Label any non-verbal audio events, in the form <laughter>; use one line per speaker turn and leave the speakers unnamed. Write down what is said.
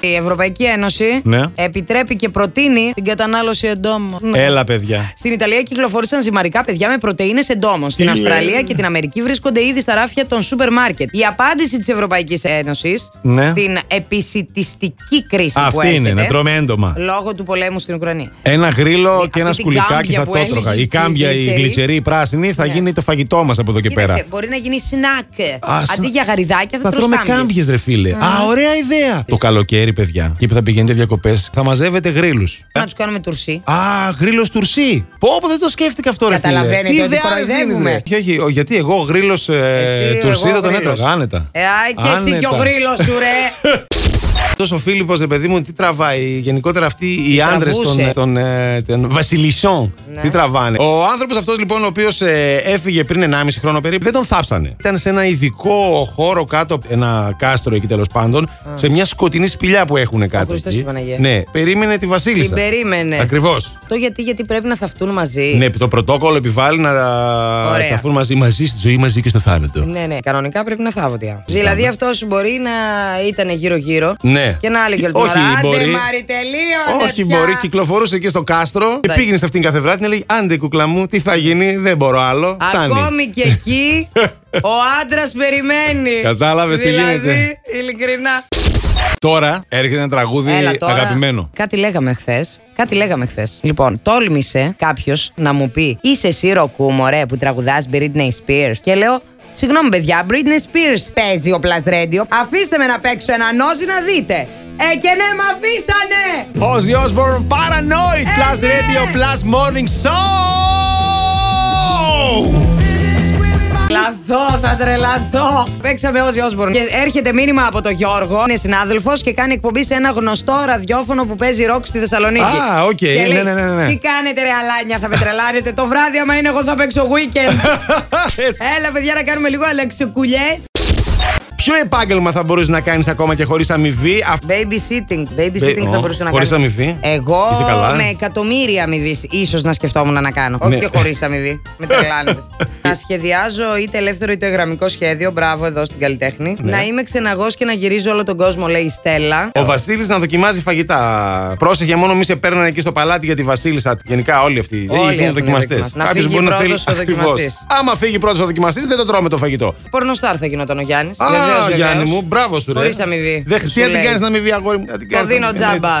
Η Ευρωπαϊκή Ένωση
Ναι.
επιτρέπει και προτείνει την κατανάλωση εντόμων.
Έλα, παιδιά.
Στην Ιταλία κυκλοφόρησαν ζυμαρικά παιδιά με πρωτενε εντόμων. Στην
Τι
Αυστραλία
λέει.
και την Αμερική βρίσκονται ήδη στα ράφια των σούπερ μάρκετ. Η απάντηση της Ευρωπαϊκής Ένωσης
Ναι.
στην επισητιστική κρίση
Α,
που
Αυτή
έρχεται
είναι, να τρώμε έντομα.
λόγω του πολέμου στην Ουκρανία.
Ένα γρίλο και ένα
την
σκουλικάκι
κάμπια
θα
που
το έτρωγα.
έλεγες
Η
στην
κάμπια, η
γλυτσερή.
γλυτσερή, η πράσινη θα
Ναι.
γίνει το φαγητό μας από εδώ και
Κοίταξε,
πέρα.
μπορεί να γίνει σνακ.
Α,
Αντί
σαν-
για γαριδάκια θα,
Θα
τρως
τρώμε
κάμπιες. Ναι.
κάμπιες, ρε φίλε. Α, ωραία ιδέα. Το καλοκαίρι, παιδιά, εκεί που θα πηγαίνετε διακοπές, θα μαζεύετε γρίλου.
Να τους κάνουμε τουρσί.
Α, γρίλο τουρσί. Πω, πω, δεν το σκέφτηκα αυτό, ρε φίλε.
Καταλαβαίνετε
Τι
ότι
ιδεάρες δίνεις,
κοροϊδεύουμε.
ρε. Όχι, όχι, ο- γιατί εγώ γρίλο
Εσύ,
Ε, τουρσί
εγώ,
θα τον
γρίλος.
έτρωγα άνετα.
Ε, α, και εσύ και ο
Άνετα.
γρίλο σου,
<laughs>
ρε.
Αυτός ο Φίλιππος, ρε παιδί μου, τι τραβάει. Γενικότερα αυτοί οι άντρες
τραβούσε.
των, των, ε, των βασιλισσών.
Ναι.
Τι τραβάνε. Ο άνθρωπος αυτός, λοιπόν, ο οποίος έφυγε πριν 1,5 χρόνο περίπου, δεν τον θάψανε. Ήταν σε ένα ειδικό χώρο κάτω από ένα κάστρο εκεί τέλος πάντων, σε μια σκοτεινή σπηλιά που έχουν κάτω.
Χριστός
εκεί.
και η Παναγία.
Ναι, περίμενε τη Βασίλισσα.
Την περίμενε.
Ακριβώς.
Το γιατί, γιατί πρέπει να θαυτούν μαζί.
Ναι, το πρωτόκολλο επιβάλλει να
Ωραία.
ταφούν μαζί, μαζί στη ζωή, μαζί και στο θάνατο.
Ναι, ναι, κανονικά πρέπει να θάβονται. οι άνθρωποι. Δηλαδή αυτός μπορεί να ήταν γύρω-γύρω
Ναι.
και να έλεγε
Όχι,
τώρα. Άντε,
μπορεί.
Μάρι, τελείωνε
Όχι,
πια».
μπορεί, κυκλοφορούσε εκεί στο κάστρο και
Ναι.
πήγαινε σε αυτήν κάθε βράδυ και έλεγε Άντε, κουκλά μου, τι θα γίνει, δεν μπορώ άλλο. Φτάνει.
Ακόμη και
<laughs>
εκεί ο άντρας περιμένει.
Κατάλαβες τι
δηλαδή,
γίνεται.
ειλικρινά.
Τώρα έρχεται ένα τραγούδι
Έλα τώρα.
αγαπημένο.
Κάτι λέγαμε χθες. Κάτι λέγαμε χθες. Λοιπόν, τόλμησε κάποιος να μου πει Είσαι εσύ ροκούμορε που τραγουδάς Britney Spears. Και λέω, Συγγνώμη, παιδιά, Britney Spears παίζει ο Plus Radio. Αφήστε με να παίξω ένα νόζι να δείτε. Ε, και ναι, με αφήσανε!
Ozzy Osbourne Paranoid Plus
ναι.
Radio Plus Morning <laughs> Show!
Λαθώ, θα τρελαθώ. Παίξαμε Όζι Όσμπορν. Και έρχεται μήνυμα από τον Γιώργο, είναι συνάδελφος και κάνει εκπομπή σε ένα γνωστό ραδιόφωνο που παίζει ροκ στη Θεσσαλονίκη.
Α, οκ,
Και
ναι,
λέει,
ναι, ναι, ναι.
Τι κάνετε, ρε Αλάνια, θα με τρελάνετε. το βράδυ, άμα είναι, εγώ θα παίξω
<laughs>
weekend.
Έτσι.
Έλα, παιδιά, να κάνουμε λίγο αλεξικουλιέ.
Ποιο επάγγελμα θα μπορούσε να κάνεις ακόμα και χωρίς αμοιβή. Αυτό
Babysitting. Babysitting
Μπε-
θα
ω,
μπορούσα να κάνω.
χωρίς αμοιβή.
Εγώ
Είσαι καλά. ε?
με εκατομμύρια αμοιβή, ίσως να σκεφτόμουν να κάνω.
Ναι.
Όχι χωρίς αμοιβή. Με
<laughs>
τρελάνετε. να σχεδιάζω είτε ελεύθερο είτε γραμμικό σχέδιο. Μπράβο εδώ στην καλλιτέχνη.
Ναι.
Να είμαι ξεναγός και να γυρίζω όλο τον κόσμο, λέει η Στέλλα.
Ο Βασίλης να δοκιμάζει φαγητά. Πρόσεχε μόνο μη σε παίρνανε εκεί στο παλάτι για τη Βασίλισσα. Γενικά όλοι αυτοί
Όλοι
είναι
έχουν
δοκιμαστές.
δοκιμαστεί. Να φύγει πρώτος ο δοκιμαστής.
Άμα φύγει πρώτος ο δοκιμαστής, δεν το τρώμε το φαγητό.
Πορνοστάρ θα γινόταν ο Γιάννης.
Α, Γιάννη μου, μπράβο σου, ρε.
Χωρίς αμοιβή.
Δεν
Σου
χρειάζεται να την
λέει.
κάνεις να αμοιβή, αγόρι μου. να την
Το
κάνεις να
δίνω
αμοιβή, ναι.
τζάμπα.